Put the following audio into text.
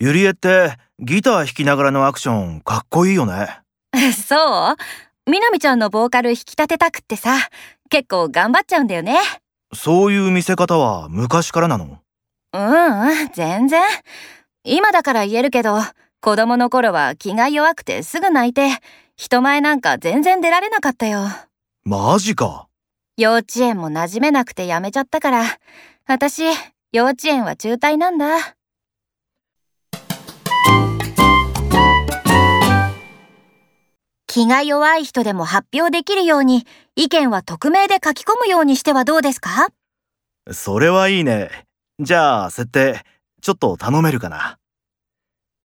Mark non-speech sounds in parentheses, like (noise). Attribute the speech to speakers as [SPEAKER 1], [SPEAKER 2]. [SPEAKER 1] ゆりえってギター弾きながらのアクションかっこいいよね。
[SPEAKER 2] (laughs) そうみなみちゃんのボーカル引き立てたくってさ、結構頑張っちゃうんだよね。
[SPEAKER 1] そういう見せ方は昔からなの
[SPEAKER 2] うんうん、全然。今だから言えるけど、子供の頃は気が弱くてすぐ泣いて、人前なんか全然出られなかったよ。
[SPEAKER 1] マジか。
[SPEAKER 2] 幼稚園も馴染めなくてやめちゃったから、私、幼稚園は中退なんだ。気が弱い人でも発表できるように、意見は匿名で書き込むようにしてはどうですか
[SPEAKER 1] それはいいね。じゃあ、設定、ちょっと頼めるかな。